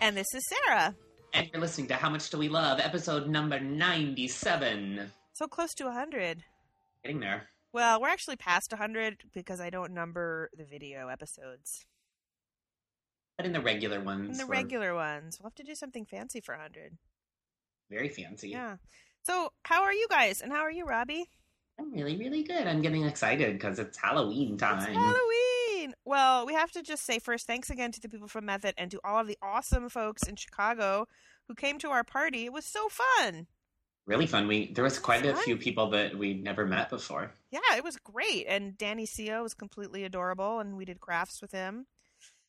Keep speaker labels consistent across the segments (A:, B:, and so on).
A: and this is Sarah.
B: And you're listening to How Much Do We Love, episode number 97.
A: So close to 100.
B: Getting there.
A: Well, we're actually past 100 because I don't number the video episodes.
B: But in the regular ones.
A: And the
B: we're
A: regular ones. We'll have to do something fancy for 100.
B: Very fancy.
A: Yeah. So, how are you guys? And how are you, Robbie?
B: I'm really, really good. I'm getting excited because it's Halloween
A: It's
B: time.
A: Halloween. Well, we have to just say first thanks again to the people from Method and to all of the awesome folks in Chicago who came to our party. It was so fun.
B: Really fun. We There was quite a
A: Fun.
B: few people that we'd never met before.
A: Yeah, it was great. And Danny Seo was completely adorable, and we did crafts with him.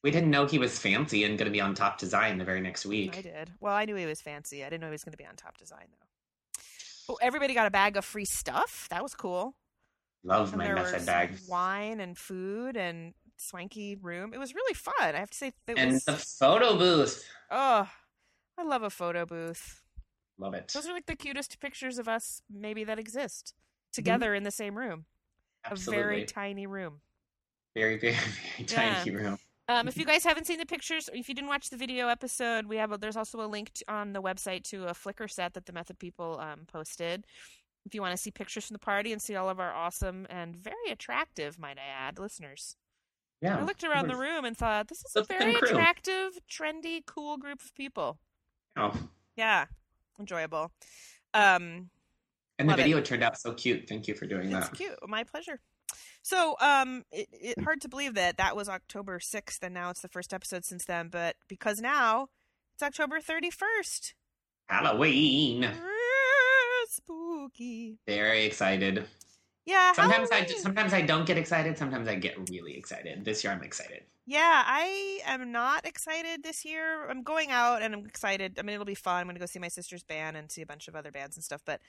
B: We didn't know he was fancy and going to be on top design the very next week.
A: I did. Well, I knew he was fancy. I didn't know he was going to be on top design though. Well, everybody got a bag of free stuff. That was cool.
B: Love
A: And
B: my
A: there
B: method
A: was
B: bag.
A: wine and food and swanky room. It was really fun. I have to say, it
B: And
A: was.
B: the photo booth.
A: oh, I love a photo booth.
B: Love it.
A: Those are like the cutest pictures of us, maybe that exist together in the same room,
B: Mm-hmm. Absolutely.
A: a very tiny room.
B: very, very, very tiny room.
A: Um, if you guys haven't seen the pictures, if you didn't watch the video episode, we have a, there's also a link to, on the website to a Flickr set that the Method people um, posted. If you want to see pictures from the party and see all of our awesome and very attractive, might I add, listeners.
B: Yeah.
A: I looked around the
B: were-
A: room and thought, this is
B: Oh, That's
A: a
B: the
A: very
B: crew.
A: attractive, trendy, cool group of people.
B: Oh.
A: Yeah, enjoyable. Um,
B: And the
A: Love it.
B: video turned out so cute. Thank you for doing
A: It's
B: that.
A: cute. My pleasure. So, um, it, it hard to believe that that was October sixth, and now it's the first episode since then. But because now it's October thirty first,
B: Halloween.
A: spooky.
B: Very excited.
A: Yeah.
B: Sometimes I
A: Halloween.
B: just, sometimes I don't get excited. Sometimes I get really excited. This year I'm excited.
A: Yeah, I am not excited this year. I'm going out and I'm excited. I mean, it'll be fun. I'm going to go see my sister's band and see a bunch of other bands and stuff, but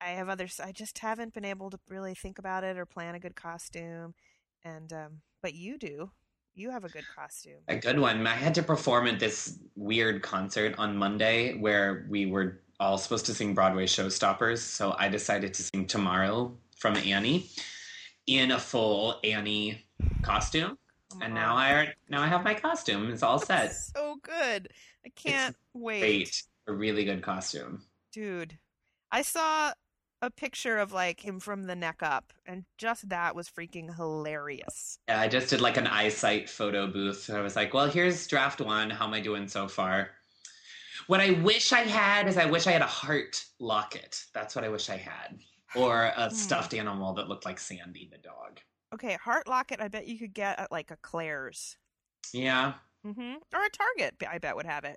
A: I have others. I just haven't been able to really think about it or plan a good costume. And, um, but you do. You have a good costume.
B: A good one. I had to perform at this weird concert on Monday where we were all supposed to sing Broadway showstoppers. So I decided to sing Tomorrow from Annie in a full Annie costume. And now I now I have my costume. It's all set.
A: so good. I can't wait.
B: Great. A really good costume.
A: Dude, I saw a picture of like him from the neck up, and just that was freaking hilarious.
B: Yeah, I just did like an eyesight photo booth. I was like, well, here's draft one. How am I doing so far? What I wish I had is I wish I had a heart locket. That's what I wish I had. Or a
A: Hmm.
B: stuffed animal that looked like Sandy the dog.
A: Okay, heart locket. I bet you could get at like a Claire's,
B: Yeah.
A: mm-hmm. or a Target. I bet would have it.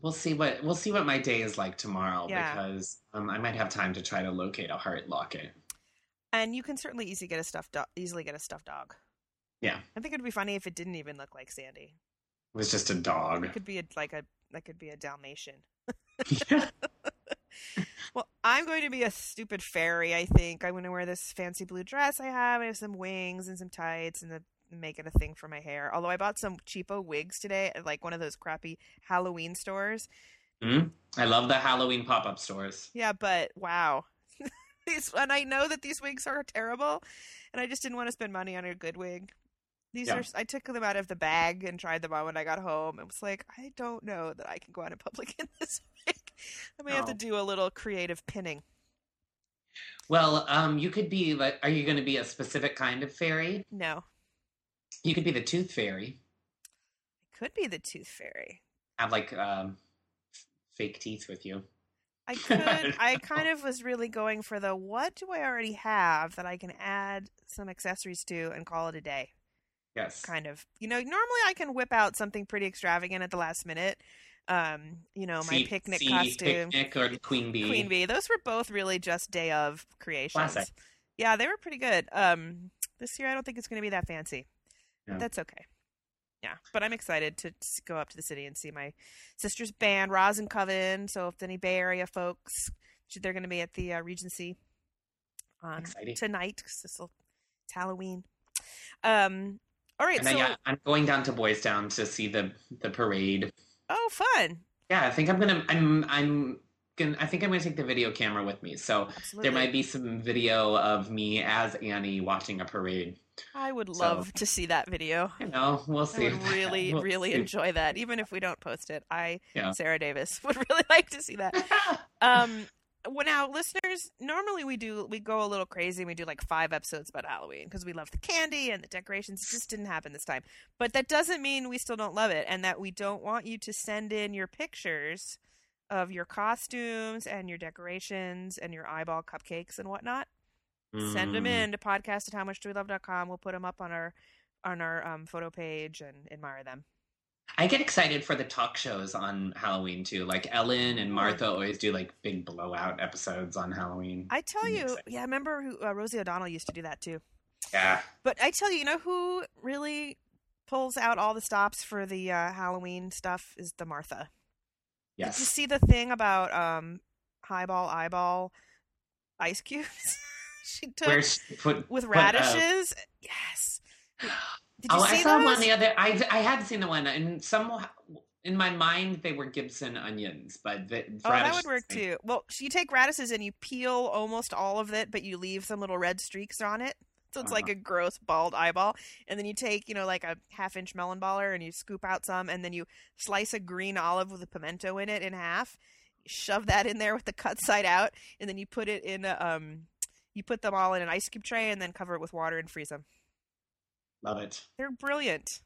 B: We'll see what we'll see what my day is like tomorrow
A: Yeah.
B: because um, I might have time to try to locate a heart locket.
A: And you can certainly easily get a stuffed do- easily get a stuffed dog.
B: Yeah.
A: I think it'd be funny if it didn't even look like Sandy.
B: It was just a dog.
A: It could be a, like a that could be a Dalmatian. Well, I'm going to be a stupid fairy, I think. I'm going to wear this fancy blue dress I have. I have some wings and some tights and the, make it a thing for my hair. Although I bought some cheapo wigs today at like one of those crappy Halloween stores.
B: Mhm. I love the Halloween pop up stores.
A: Yeah, but wow. these, and I know that these wigs are terrible, and I just didn't want to spend money on a good wig. These
B: Yeah.
A: are I took them out of the bag and tried them on when I got home and was like, I don't know that I can go out in public in this wig. I may have to
B: No.
A: do a little creative pinning.
B: Well, um, you could be like, are you going to be a specific kind of fairy?
A: No.
B: You could be the tooth fairy.
A: could be the tooth fairy.
B: have like um, f- fake teeth with you.
A: I could. I kind of was really going for the what do I already have that I can add some accessories to and call it a day
B: Yes.
A: kind of. You know, normally I can whip out something pretty extravagant at the last minute. Um, you know, my
B: Sea-
A: picnic
B: sea
A: costume,
B: Picnic or queen bee.
A: queen bee. Those were both really just day of creations.
B: Classic.
A: Yeah, they were pretty good. Um, this year I don't think it's going to be that fancy.
B: No.
A: But that's okay. Yeah, but I'm excited to s- go up to the city and see my sister's band, Roz and Coven. So if any Bay Area folks, sh- they're going to be at the uh, Regency on
B: Exciting.
A: tonight 'cause this'll- it's Halloween. Um, all right,
B: And then
A: so
B: yeah, I'm going down to Boys Town to see the the parade.
A: oh, fun!
B: Yeah, I think I'm gonna. I'm I'm gonna. I think I'm gonna take the video camera with me. So
A: Absolutely.
B: there might be some video of me as Annie watching a parade.
A: I would love to see that video.
B: You know, we'll
A: I
B: see.
A: would really,
B: We'll
A: really
B: see.
A: enjoy that, even if we don't post it. I,
B: Yeah.
A: Sarah Davis, would really like to see that. Um, well, now listeners, normally we do we go a little crazy and we do like five episodes about Halloween because we love the candy and the decorations. It just didn't happen this time, but that doesn't mean we still don't love it and that we don't want you to send in your pictures of your costumes and your decorations and your eyeball cupcakes and whatnot send them
B: Mm.
A: in to podcast at howmuchdowelove.com. We'll put them up on our on our um, photo page and admire them.
B: Mm. I get excited for the talk shows on Halloween too. Like Ellen and Martha always do like big blowout episodes on Halloween.
A: I tell
B: I'm
A: you,
B: excited.
A: yeah, I remember who, uh, Rosie O'Donnell used to do that too.
B: yeah.
A: But I tell you, you know who really pulls out all the stops for the uh, Halloween stuff is the Martha. Did you
B: Yes.
A: see the thing about um, highball eyeball ice cubes? she took
B: Where she put
A: with
B: put, uh,
A: radishes. yes. Did you
B: oh,
A: see
B: I saw
A: those?
B: one the other. I I had seen the one, and some in my mind they were Gibson onions, but the
A: Oh, that
B: radishes-
A: would work too. Well, so you take radishes and you peel almost all of it, but you leave some little red streaks on it. So it's
B: Uh-huh.
A: like a gross bald eyeball. And then you take, you know, like a half inch melon baller and you scoop out some and then you slice a green olive with a pimento in it in half, shove that in there with the cut side out, and then you put it in a, um you put them all in an ice cube tray and then cover it with water and freeze them.
B: Love it.
A: They're brilliant.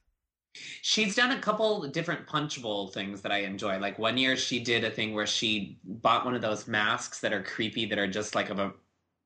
B: She's done a couple different punchable things that I enjoy. Like one year she did a thing where she bought one of those masks that are creepy that are just like of a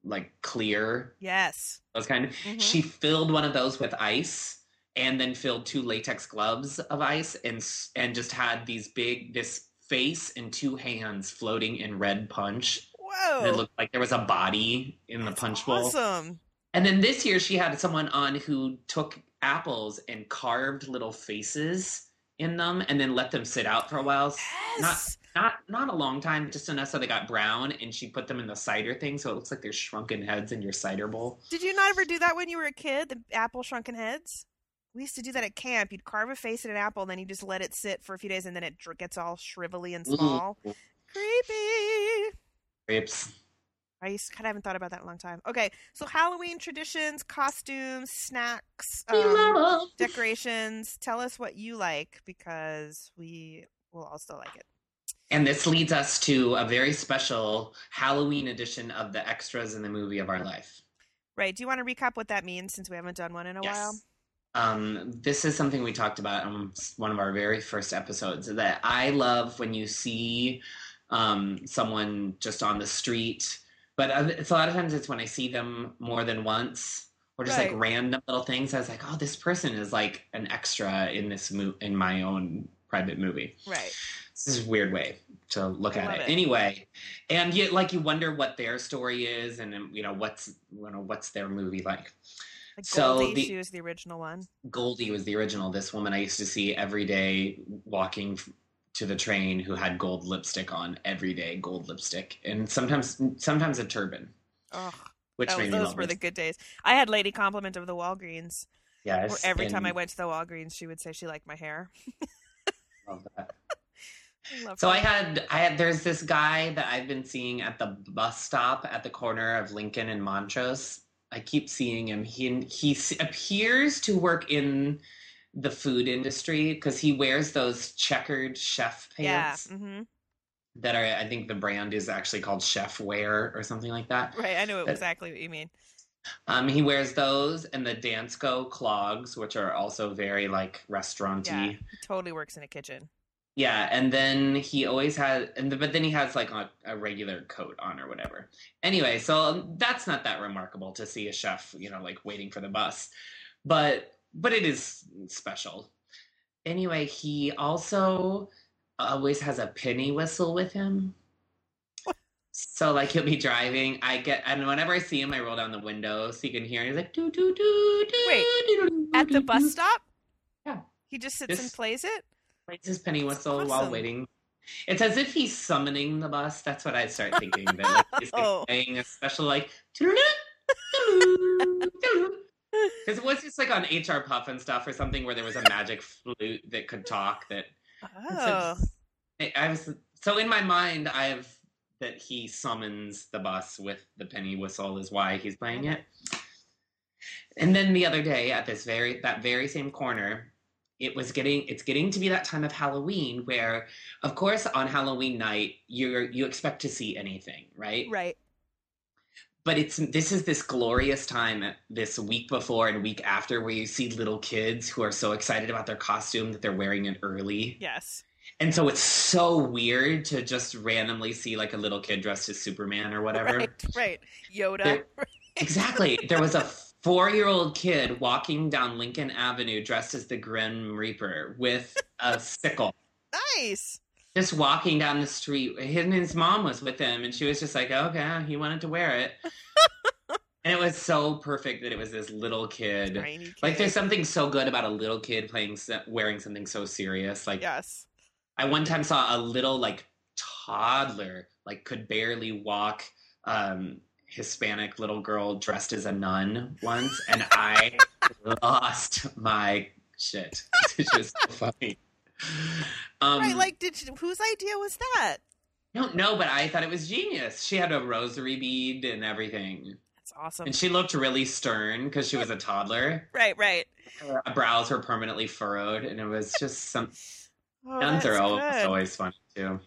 B: like clear
A: Yes.
B: those kind of
A: Mhm.
B: she filled one of those with ice and then filled two latex gloves of ice and s- and just had these big this face and two hands floating in red punch and it
A: Whoa.
B: looked like there was a body in the
A: Oh. That's
B: punch bowl
A: Awesome.
B: and then this year she had someone on who took apples and carved little faces in them and then let them sit out for a while
A: Yes.
B: not not a long time just enough so they got brown and she put them in the cider thing so it looks like they're shrunken heads in your cider bowl
A: Did you not ever do that when you were a kid? The apple shrunken heads. We used to do that at camp. You'd carve a face in an apple, and then you just let it sit for a few days, and then it dr- gets all shrivelly and
B: Ooh.
A: small. Creepy.
B: grapes
A: I used, God, I haven't thought about that in a long time. Okay, so Halloween traditions, costumes, snacks, um, decorations. Tell us what you like because we will also like it.
B: And this leads us to a very special Halloween edition of the extras in the movie of our life.
A: Right? Do you want to recap what that means since we haven't done one in a while?
B: Um, this is something we talked about on s- one of our very first episodes that I love when you see um, someone just on the street. But uh, it's a lot of times it's when I see them more than once or just
A: Right.
B: like random little things. I was like, oh, this person is like an extra in this mo- in my own private movie.
A: Right.
B: this is a weird way to look
A: I
B: at
A: love
B: it.
A: it.
B: anyway and yet like you wonder what their story is and um, you know what's you know what's their movie like
A: Like
B: So
A: Goldie,
B: the-
A: she was the original one.
B: goldie was the original this woman i used to see every day walking f- to the train who had gold lipstick on every day gold lipstick and sometimes sometimes a turban
A: Ugh.
B: which
A: That was-
B: made me
A: Oh, those
B: love
A: were
B: her.
A: the good days. I had lady compliment of the Walgreens. Where
B: yes
A: every time
B: and
A: I went to the Walgreens, she would say she liked my hair.
B: love that.
A: I love
B: So
A: her.
B: I had I had there's this guy that I've been seeing at the bus stop at the corner of Lincoln and Montrose. I keep seeing him. He he s- appears to work in the food industry because he wears those checkered chef
A: yeah,
B: pants
A: hmm
B: that are I think the brand is actually called Chef Wear or something like that.
A: right. I know
B: That-
A: exactly what you mean.
B: Um, he wears those and the Dansko clogs, which are also very like restauranty.
A: Yeah, he totally works in a kitchen.
B: Yeah, and then he always has, and the, but then he has like a, a regular coat on or whatever. Anyway, so that's not that remarkable to see a chef, you know, like waiting for the bus, but but it is special. Anyway, he also always has a penny whistle with him. So like he'll be driving, I get, and whenever I see him, I roll down the window so you can hear. And he's like, do do do do.
A: Wait,
B: do, do,
A: At
B: do,
A: the
B: do."
A: bus stop,
B: Mm-hmm. Yeah.
A: he just sits and
B: This-
A: plays it.
B: plays his penny whistle while
A: awesome.
B: waiting. It's as if he's summoning the bus. That's what I start thinking. That like, he's like,
A: Oh.
B: playing a special like. Because it was just like on HR Puff and stuff or something where there was a magic flute that could talk. That
A: Oh,
B: I- I was so in my mind. I have that he summons the bus with the penny whistle is why he's playing it. And then the other day at this very that very same corner, it was getting it's getting to be that time of Halloween where of course on Halloween night you're you expect to see anything, right?
A: Right.
B: But it's this is this glorious time this week before and week after where you see little kids who are so excited about their costume that they're wearing it early.
A: Yes.
B: And so it's so weird to just randomly see like a little kid dressed as Superman or whatever.
A: Right. Right. Yoda.
B: There- Exactly. There was a four year old kid walking down Lincoln Avenue dressed as the Grim Reaper with a sickle,
A: Nice.
B: just walking down the street. His, and his mom was with him, and she was just like, okay, he wanted to wear it. and it was so perfect that it was this little kid.
A: Tiny kid.
B: Like, there's something so good about a little kid playing, so- wearing something so serious. Like,
A: Yes.
B: I one time saw a little like toddler, like could barely walk, um, Hispanic little girl dressed as a nun once, and I lost my shit. It's just so funny. Um,
A: right. Like, did you, whose idea was that?
B: I don't know, but I thought it was genius. She had a rosary bead and everything,
A: That's awesome.
B: and she looked really stern because she was a toddler.
A: right. Right.
B: Her brows were permanently furrowed, and it was just some.
A: Oh,
B: Nuns
A: that's
B: are always,
A: good.
B: always fun too.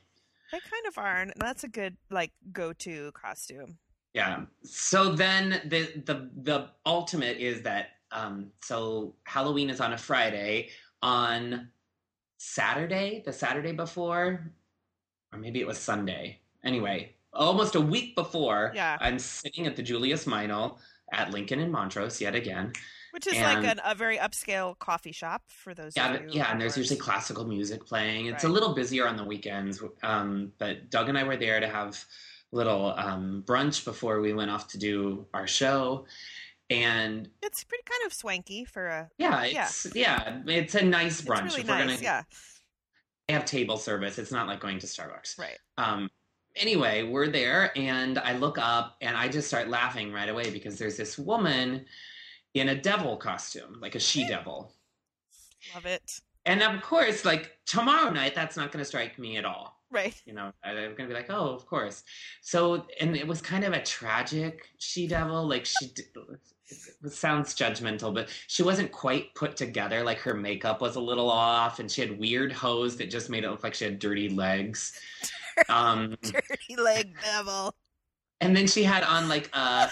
A: They kind of are, and that's a good like go-to costume.
B: Yeah. So then the the the ultimate is that um so Halloween is on a Friday on Saturday, the Saturday before or maybe it was Sunday. Anyway, almost a week before
A: Yeah.
B: I'm sitting at the Julius Meinl at Lincoln in Montrose yet again.
A: Which is like
B: And-
A: an, a very upscale coffee shop for those.
B: Yeah,
A: of
B: but-
A: you
B: yeah, and
A: who
B: there's
A: aren't-
B: usually classical music playing. It's a
A: oh, Right.
B: little busier on the weekends, um, but Doug and I were there to have little um, brunch before we went off to do our show. And
A: It's pretty kind of swanky for a.
B: yeah,
A: Yeah.
B: it's yeah, it's a nice
A: It's
B: brunch.
A: really
B: if we're
A: nice.
B: gonna
A: Yeah.
B: they have table service, it's not like going to Starbucks.
A: Right.
B: Um, anyway, we're there, and I look up, and I just start laughing right away because there's this woman in a devil costume, like a
A: Eh.
B: she devil.
A: Love it.
B: And of course, like tomorrow night, that's not going to strike me at all.
A: Right.
B: You know, I- I'm going to be like, oh, of course. So, and it was kind of a tragic she devil. Like, she d- it sounds judgmental, but she wasn't quite put together. Like, her makeup was a little off, and she had weird hose that just made it look like she had dirty legs. Um,
A: Dirty leg devil.
B: and then she had on like a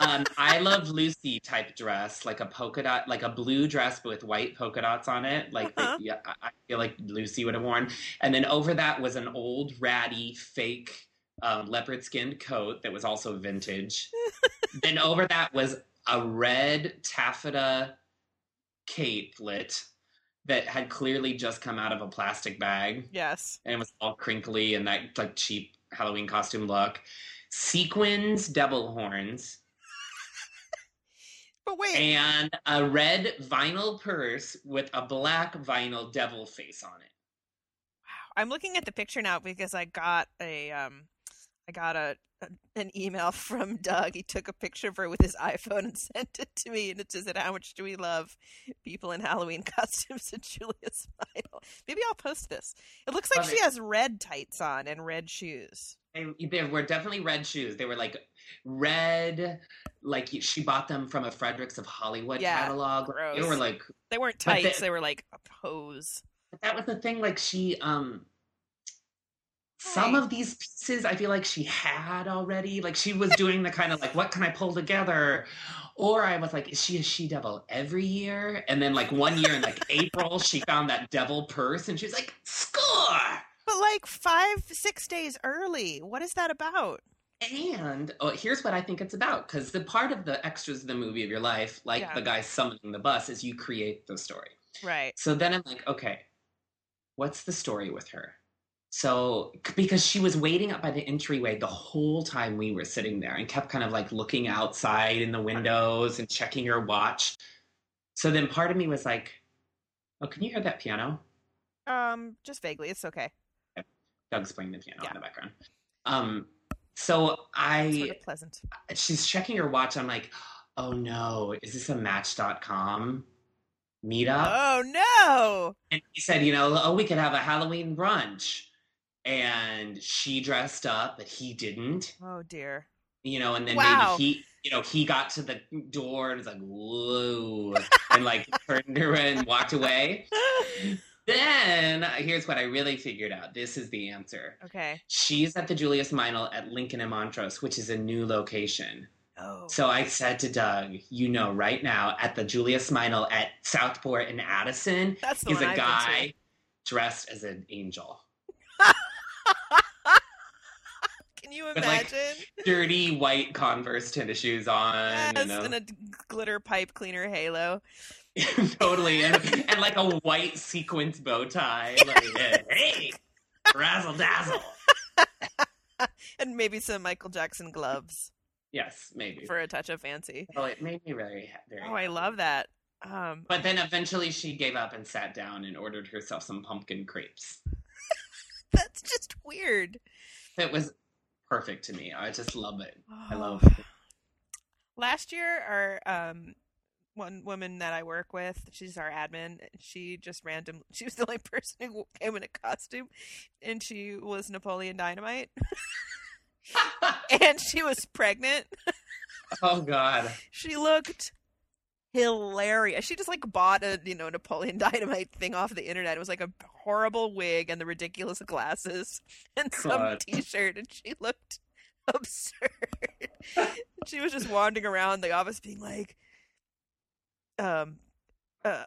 B: an I Love Lucy type dress, like a polka dot, like a blue dress but with white polka dots on it. Like the-
A: Uh-huh.
B: yeah, I I feel like Lucy would have worn. And then over that was an old ratty fake um, leopard skinned coat that was also vintage. then over that was a red taffeta capelet that had clearly just come out of a plastic bag
A: Yes.
B: and it was all crinkly and that like cheap Halloween costume look. Sequins, devil horns,
A: But wait.
B: and a red vinyl purse with a black vinyl devil face on it.
A: I'm looking at the picture now because I got a um I got a an email from Doug. He took a picture of her with his iPhone and sent it to me and it just said how much do we love people in Halloween costumes at Julia's Vinyl. Maybe I'll post this. It looks like
B: Love
A: she
B: it.
A: has red tights on and red shoes.
B: They, they were definitely red shoes. They were like red, like she bought them from a Fredericks of Hollywood
A: Yeah,
B: catalog. They
A: gross.
B: were like
A: They weren't
B: But the-
A: tights, they were like a hose.
B: that was the thing. Like she, um, some
A: Right.
B: of these pieces I feel like she had already. Like she was doing the kind of like, what can I pull together? Or I was like, is she a she devil every year? And then like one year in like April, she found that devil purse and she was like, score.
A: But like five, six days early. What is that about?
B: And oh, here's what I think it's about because the part of the extras of the movie of your life, like
A: Yeah.
B: the guy summoning the bus, is you create the story.
A: Right.
B: So then I'm like, okay, what's the story with her? So c- because she was waiting up by the entryway the whole time we were sitting there and kept kind of like looking outside in the windows and checking her watch. So then part of me was like, oh, can you hear that piano?
A: Um, just vaguely, it's okay.
B: Doug's playing the piano
A: Yeah.
B: in the background. Um, so I
A: Sort of pleasant.
B: she's checking her watch. I'm like, oh no, is this a match.com meetup?
A: Oh no.
B: and he said, you know, oh, we could have a Halloween brunch. And she dressed up, but he didn't.
A: Oh dear.
B: you know, and then
A: Wow.
B: maybe he, you know, he got to the door and was like, whoa, and like turned around and walked away. Then uh, here's what I really figured out. This is the answer.
A: okay.
B: She's at the Julius Meinl at Lincoln and Montrose, which is a new location.
A: Oh.
B: So I said to Doug, you know, right now at the Julius Meinl at Southport and Addison
A: that's the
B: is
A: one
B: a
A: I've been to.
B: guy dressed as an angel.
A: Can you
B: But, like,
A: imagine?
B: Dirty white Converse tennis shoes on.
A: yes,
B: and a-
A: and a d- glitter pipe cleaner halo.
B: totally, and, and like a white sequins bow tie. Like, hey, razzle dazzle.
A: And maybe some Michael Jackson gloves
B: Yes, maybe.
A: for a touch of fancy.
B: oh, it made me very, ha- very.
A: Oh, I
B: happy.
A: love that. Um,
B: But then eventually she gave up and sat down and ordered herself some pumpkin crepes.
A: that's just weird.
B: It was perfect to me. I just love it. I love.
A: Oh. Last year, our um, one woman that I work with, she's our admin. She just random. She was the only person who came in a costume, and she was Napoleon Dynamite, and she was pregnant.
B: oh God.
A: She looked hilarious. She just like bought a you know Napoleon Dynamite thing off the internet. It was like a horrible wig and the ridiculous glasses and some
B: God.
A: t-shirt, and she looked absurd. she was just wandering around the office, being like, um, uh.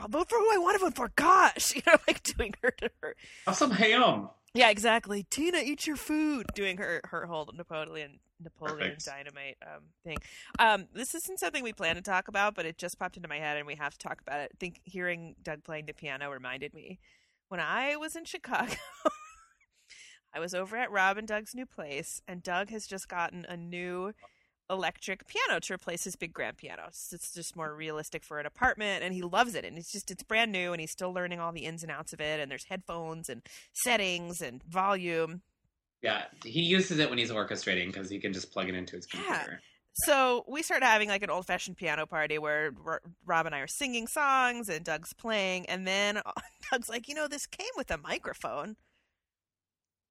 A: I'll vote for who I want to vote for. Gosh, you know, like doing her to her.
B: Have some ham.
A: Yeah, exactly. Tina, eat your food. Doing her her whole Napoleon Napoleon
B: Perfect.
A: Dynamite um, thing. Um, this isn't something we plan to talk about, but it just popped into my head, and we have to talk about it. I think hearing Doug playing the piano reminded me when I was in Chicago. I was over at Rob and Doug's new place, and Doug has just gotten a new electric piano to replace his big grand piano. S- It's just more realistic for an apartment, and he loves it. And it's just it's brand new, and he's still learning all the ins and outs of it. And there's headphones and settings and volume.
B: Yeah, he uses it when he's orchestrating because he can just plug it into his
A: Yeah.
B: computer.
A: So we started having like an old fashioned piano party where R- Rob and I are singing songs and Doug's playing. And then Doug's like, you know, this came with a microphone.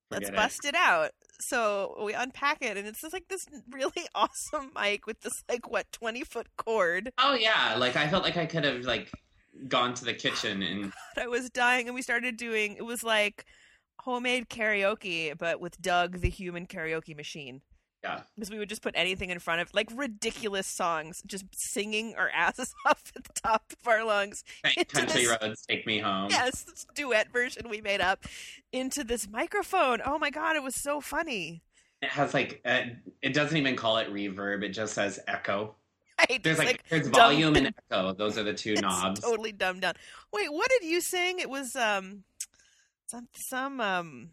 A: Let's
B: Forget it.
A: bust it. out. So we unpack it, and it's just like this really awesome mic with this like what twenty foot cord.
B: Oh yeah, like I felt like I could have like gone to the kitchen and
A: But I was dying, and we started doing. It was like homemade karaoke, but with Doug the human karaoke machine.
B: Yeah.
A: because we would just put anything in front of like ridiculous songs, just singing our asses off at the top of our lungs.
B: thank
A: Into
B: country
A: this-
B: roads take me home.
A: Yes, this duet version we made up into this microphone. Oh my god, it was so funny.
B: It has like uh it doesn't even call it reverb; it just says echo.
A: Right?
B: There's
A: It's
B: like, there's
A: dumb-
B: volume and echo. Those are the two
A: it's
B: knobs.
A: totally dumbed down. Wait, what did you sing? It was um some some um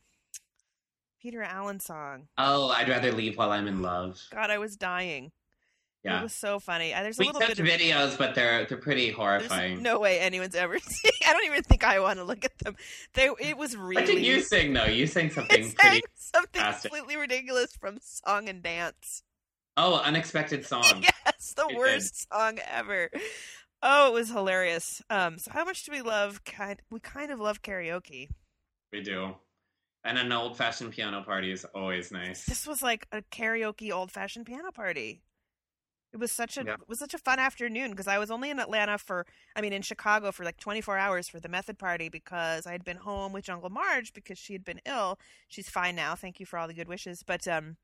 A: Peter Allen song.
B: Oh, I'd rather leave while I'm in love.
A: God, I was dying. It
B: Yeah,
A: was so funny. Uh, There's a
B: we
A: little
B: took
A: bit of
B: videos, but they're they're pretty
A: there's
B: horrifying.
A: no way anyone's ever seen. I don't even think I want to look at them. They it was really
B: What did you sing though? You sang
A: I
B: something
A: sang
B: pretty.
A: something
B: fantastic.
A: completely ridiculous from Song and Dance.
B: Oh, unexpected song.
A: Yes, the
B: You did.
A: worst song ever. Oh, it was hilarious. Um, so how much do we love? Kind we kind of love karaoke.
B: We do, and an old fashioned piano party is always nice.
A: This was like a karaoke old fashioned piano party. It was such a
B: Yeah.
A: it was such a fun afternoon because I was only in Atlanta for I mean in Chicago for like 24 hours for the method party because I had been home with Jungle Marge because she had been ill. She's fine now. Thank you for all the good wishes, but um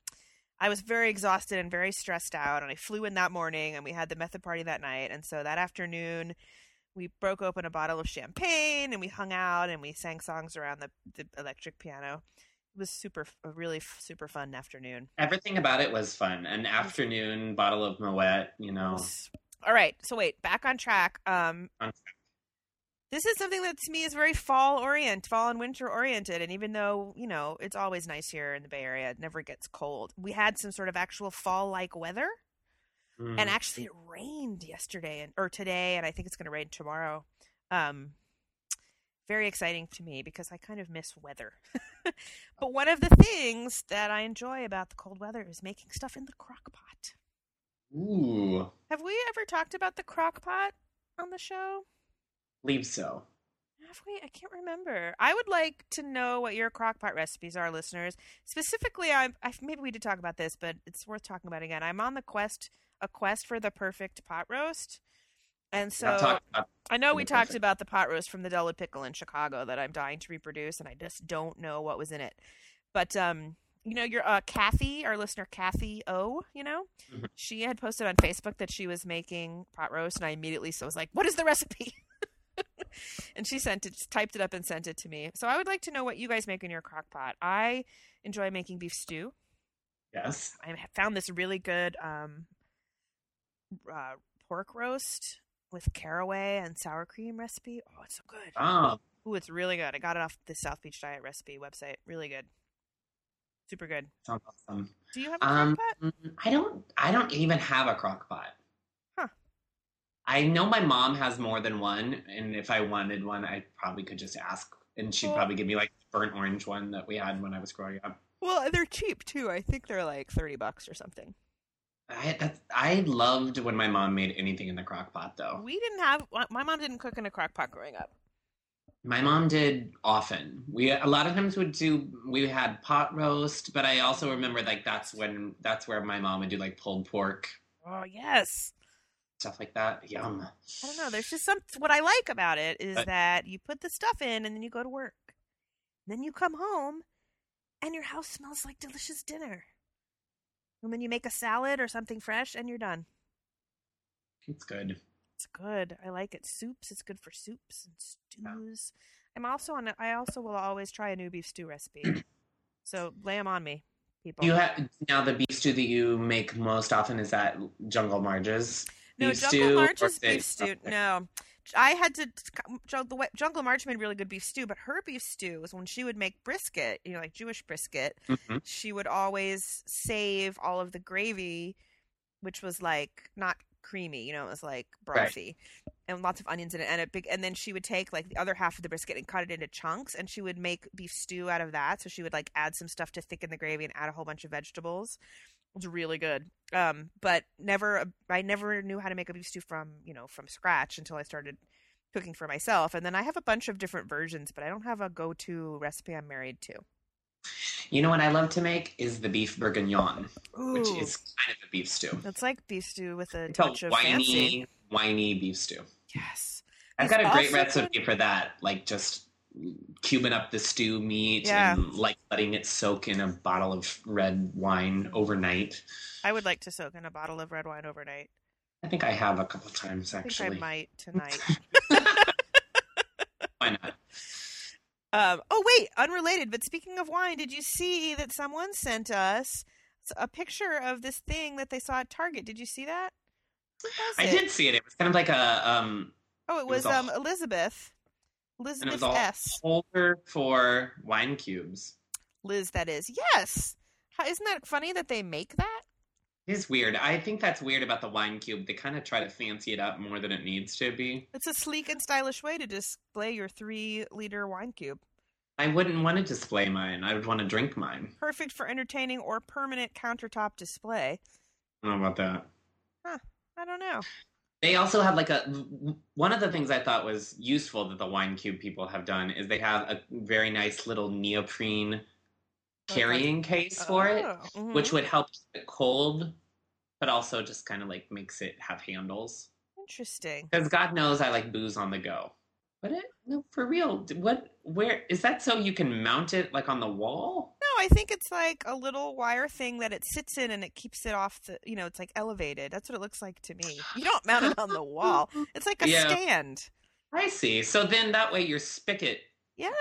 A: I was very exhausted and very stressed out and I flew in that morning and we had the method party that night and so that afternoon we broke open a bottle of champagne and we hung out and we sang songs around the, the electric piano. It was super a really f- super fun afternoon.
B: Everything about it was fun. An
A: Mm-hmm.
B: afternoon bottle of Moet, you know.
A: All right, so wait, back on track. Um,
B: On track.
A: this is something that to me is very fall orient, fall and winter oriented. And even though you know it's always nice here in the Bay Area, it never gets cold. We had some sort of actual fall like weather,
B: Mm.
A: and actually it rained yesterday and or today, and I think it's going to rain tomorrow. Um, very exciting to me because I kind of miss weather. but one of the things that I enjoy about the cold weather is making stuff in the crock pot.
B: Ooh,
A: Have we ever talked about the crock pot on the show?
B: believe so.
A: I have we? I can't remember. I would like to know what your crockpot recipes are, listeners. Specifically, I, I maybe we did talk about this, but it's worth talking about again. I'm on the quest, a quest for the perfect pot roast, and so
B: Not talking about-
A: I know we
B: the
A: talked
B: perfect.
A: about the pot roast from the Della Pickle in Chicago that I'm dying to reproduce, and I just don't know what was in it. But um, you know, your uh, Kathy, our listener Kathy O, you know,
B: Mhm.
A: she had posted on Facebook that she was making pot roast, and I immediately so was like, "What is the recipe?" and she sent it, typed it up, and sent it to me. So I would like to know what you guys make in your crock pot. I enjoy making beef stew.
B: yes.
A: I found this really good um, uh, pork roast with caraway and sour cream recipe. Oh, it's so good.
B: Oh,
A: Ooh, it's really good. I got it off the South Beach Diet recipe website. Really good. Super good.
B: sounds awesome.
A: Do you have a
B: Um,
A: crock pot?
B: I don't. I don't even have a crock pot.
A: Huh.
B: I know my mom has more than one, and if I wanted one, I probably could just ask, and she'd
A: Well-
B: probably give me like the burnt orange one that we had when I was growing up.
A: Well, they're cheap too. I think they're like 30 bucks or something.
B: I that's, I loved when my mom made anything in the crock pot, though.
A: We didn't have my mom didn't cook in a crock pot growing up.
B: My mom did often. We a lot of times would do. We had pot roast, but I also remember like that's when that's where my mom would do like pulled pork
A: Oh, yes.
B: stuff like that. Yum.
A: I don't know. There's just some what I like about it is
B: But-
A: that you put the stuff in and then you go to work. Then you come home and your house smells like delicious dinner. And then you make a salad or something fresh and you're done.
B: It's good.
A: It's good. I like it. Soups, it's good for soups and stews. I'm also on a, I also will always try a new beef stew recipe. so lay 'em on me, people.
B: You have now the beef stew that you make most often is that Jungle Marge's.
A: No,
B: beef
A: Jungle
B: stew
A: March
B: or
A: is beef
B: fish?
A: stew.
B: Okay.
A: No, I had to. Jung- The way, Jungle March made really good beef stew, but her beef stew was when she would make brisket, you know, like Jewish brisket.
B: Mhm.
A: She would always save all of the gravy, which was like not creamy, you know, it was like
B: Right.
A: brothy, and lots of onions in it, and a big. And then she would take like the other half of the brisket and cut it into chunks, and she would make beef stew out of that. So she would like add some stuff to thicken the gravy and add a whole bunch of vegetables. It's really good. Um, but never, I never knew how to make a beef stew from, you know, from scratch until I started cooking for myself. And then I have a bunch of different versions, but I don't have a go-to recipe I'm married to.
B: You know what I love to make is the beef bourguignon,
A: Ooh,
B: which is kind of a beef stew.
A: it's like beef stew with a
B: It's a
A: touch of
B: whiny,
A: fancy.
B: whiny beef stew.
A: Yes.
B: I've
A: It's
B: got a great
A: also-
B: recipe for that. Like just cubing up the stew meat
A: Yeah.
B: and like letting it soak in a bottle of red wine overnight.
A: I would like to soak in a bottle of red wine overnight.
B: I think I have a couple times
A: I think
B: actually.
A: I might tonight.
B: Why not?
A: Um, oh wait, unrelated. But speaking of wine, did you see that someone sent us a picture of this thing that they saw at Target? Did you see that? Who was
B: I
A: it?
B: did see it. It was kind of like a um
A: Oh, it
B: was
A: was,
B: a-
A: um Elizabeth.
B: and it was
A: Elizabeth
B: all
A: S.
B: holder for wine cubes.
A: Liz, that is. Yes. How, isn't that funny that they make that?
B: It is weird. I think that's weird about the wine cube. They kind of try to fancy it up more than it needs to be.
A: It's a sleek and stylish way to display your three liter wine cube.
B: I wouldn't want to display mine. I would want to drink mine.
A: Perfect for entertaining or permanent countertop display.
B: I don't know about that.
A: I don't know.
B: They also have like a one of the things I thought was useful that the wine cube people have done is they have a very nice little neoprene carrying case for it,
A: Oh, mhm.
B: which would help keep it cold, but also just kind of like makes it have handles.
A: Interesting.
B: Because God knows I like booze on the go. But it, no, for real, what? Where is that? So you can mount it like on the wall?
A: No, I think it's like a little wire thing that it sits in and it keeps it off the, you know, it's like elevated. That's what it looks like to me. You don't mount it on the wall. It's like a
B: Yeah.
A: stand.
B: I see. So then that way your spigot to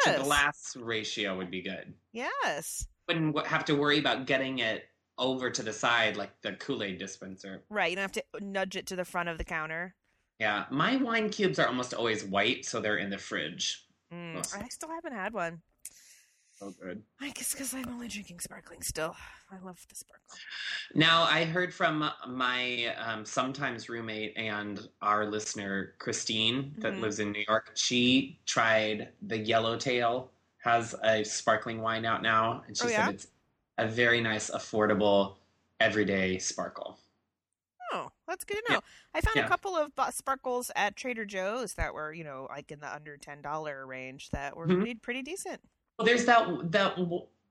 A: Yes.
B: glass ratio would be good.
A: Yes.
B: Wouldn't w- have to worry about getting it over to the side like the Kool Aid dispenser.
A: Right. You don't have to nudge it to the front of the counter.
B: Yeah, my wine cubes are almost always white, so they're in the fridge.
A: Mm,
B: Awesome.
A: I still haven't had one.
B: So good.
A: I guess because I'm only drinking sparkling still. I love the sparkling.
B: Now, I heard from my um, sometimes roommate and our listener, Christine, that
A: Mhm.
B: lives in New York. She tried the Yellowtail, has a sparkling wine out now, and she
A: Oh,
B: said
A: yeah?
B: it's a very nice, affordable, everyday sparkle.
A: Oh, Well, that's good to know. I found
B: Yeah.
A: a couple of bu- sparkles at Trader Joe's that were, you know, like in the under ten dollar range that were
B: Mhm.
A: pretty, pretty decent.
B: Well, there's that that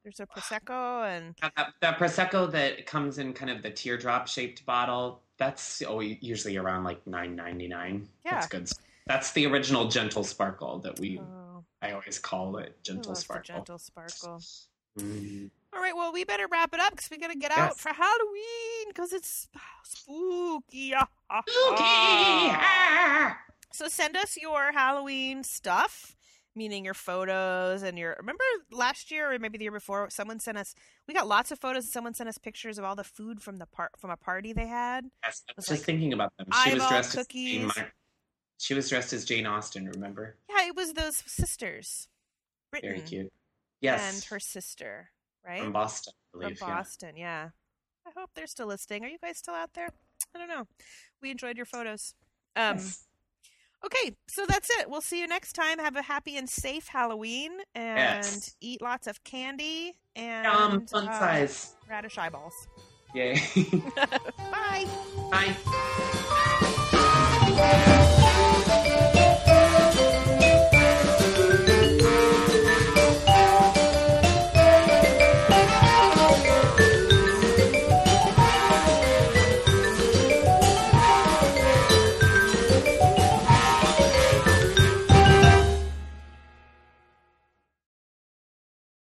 A: There's a prosecco and
B: that, that prosecco that comes in kind of the teardrop shaped bottle. That's oh, usually around like nine ninety nine. That's
A: Yeah.
B: good. That's the original gentle sparkle that we
A: oh,
B: I always call it
A: I
B: gentle
A: love the
B: sparkle.
A: gentle sparkle.
B: Mm.
A: All right, well, we better wrap it up because we gotta get out
B: Yes.
A: for Halloween because it's oh, spooky. Ah, ah,
B: Spooky!
A: ah.
B: Ah!
A: So send us your Halloween stuff, meaning your photos and your. Remember last year or maybe the year before, someone sent us. We got lots of photos, and someone sent us pictures of all the food from the part from a party they had.
B: Yes, I was
A: was
B: just
A: like
B: thinking about them. She was
A: eyeball
B: dressed as Jane
A: cookies.
B: Mar- She was dressed as Jane Austen. Remember?
A: Yeah, it was those sisters, Britain
B: Very cute. Yes,
A: and Mm-hmm. her sister, right
B: from Boston. I
A: From
B: believe, yeah.
A: Boston. Yeah, I hope they're still listening. Are you guys still out there? I don't know. We enjoyed your photos. Um,
B: Yes.
A: Okay, so that's it. We'll see you next time. Have a happy and safe Halloween, and
B: Yes.
A: eat lots of candy and
B: um, fun
A: uh,
B: size.
A: radish eyeballs.
B: Yay!
A: Bye.
B: Bye.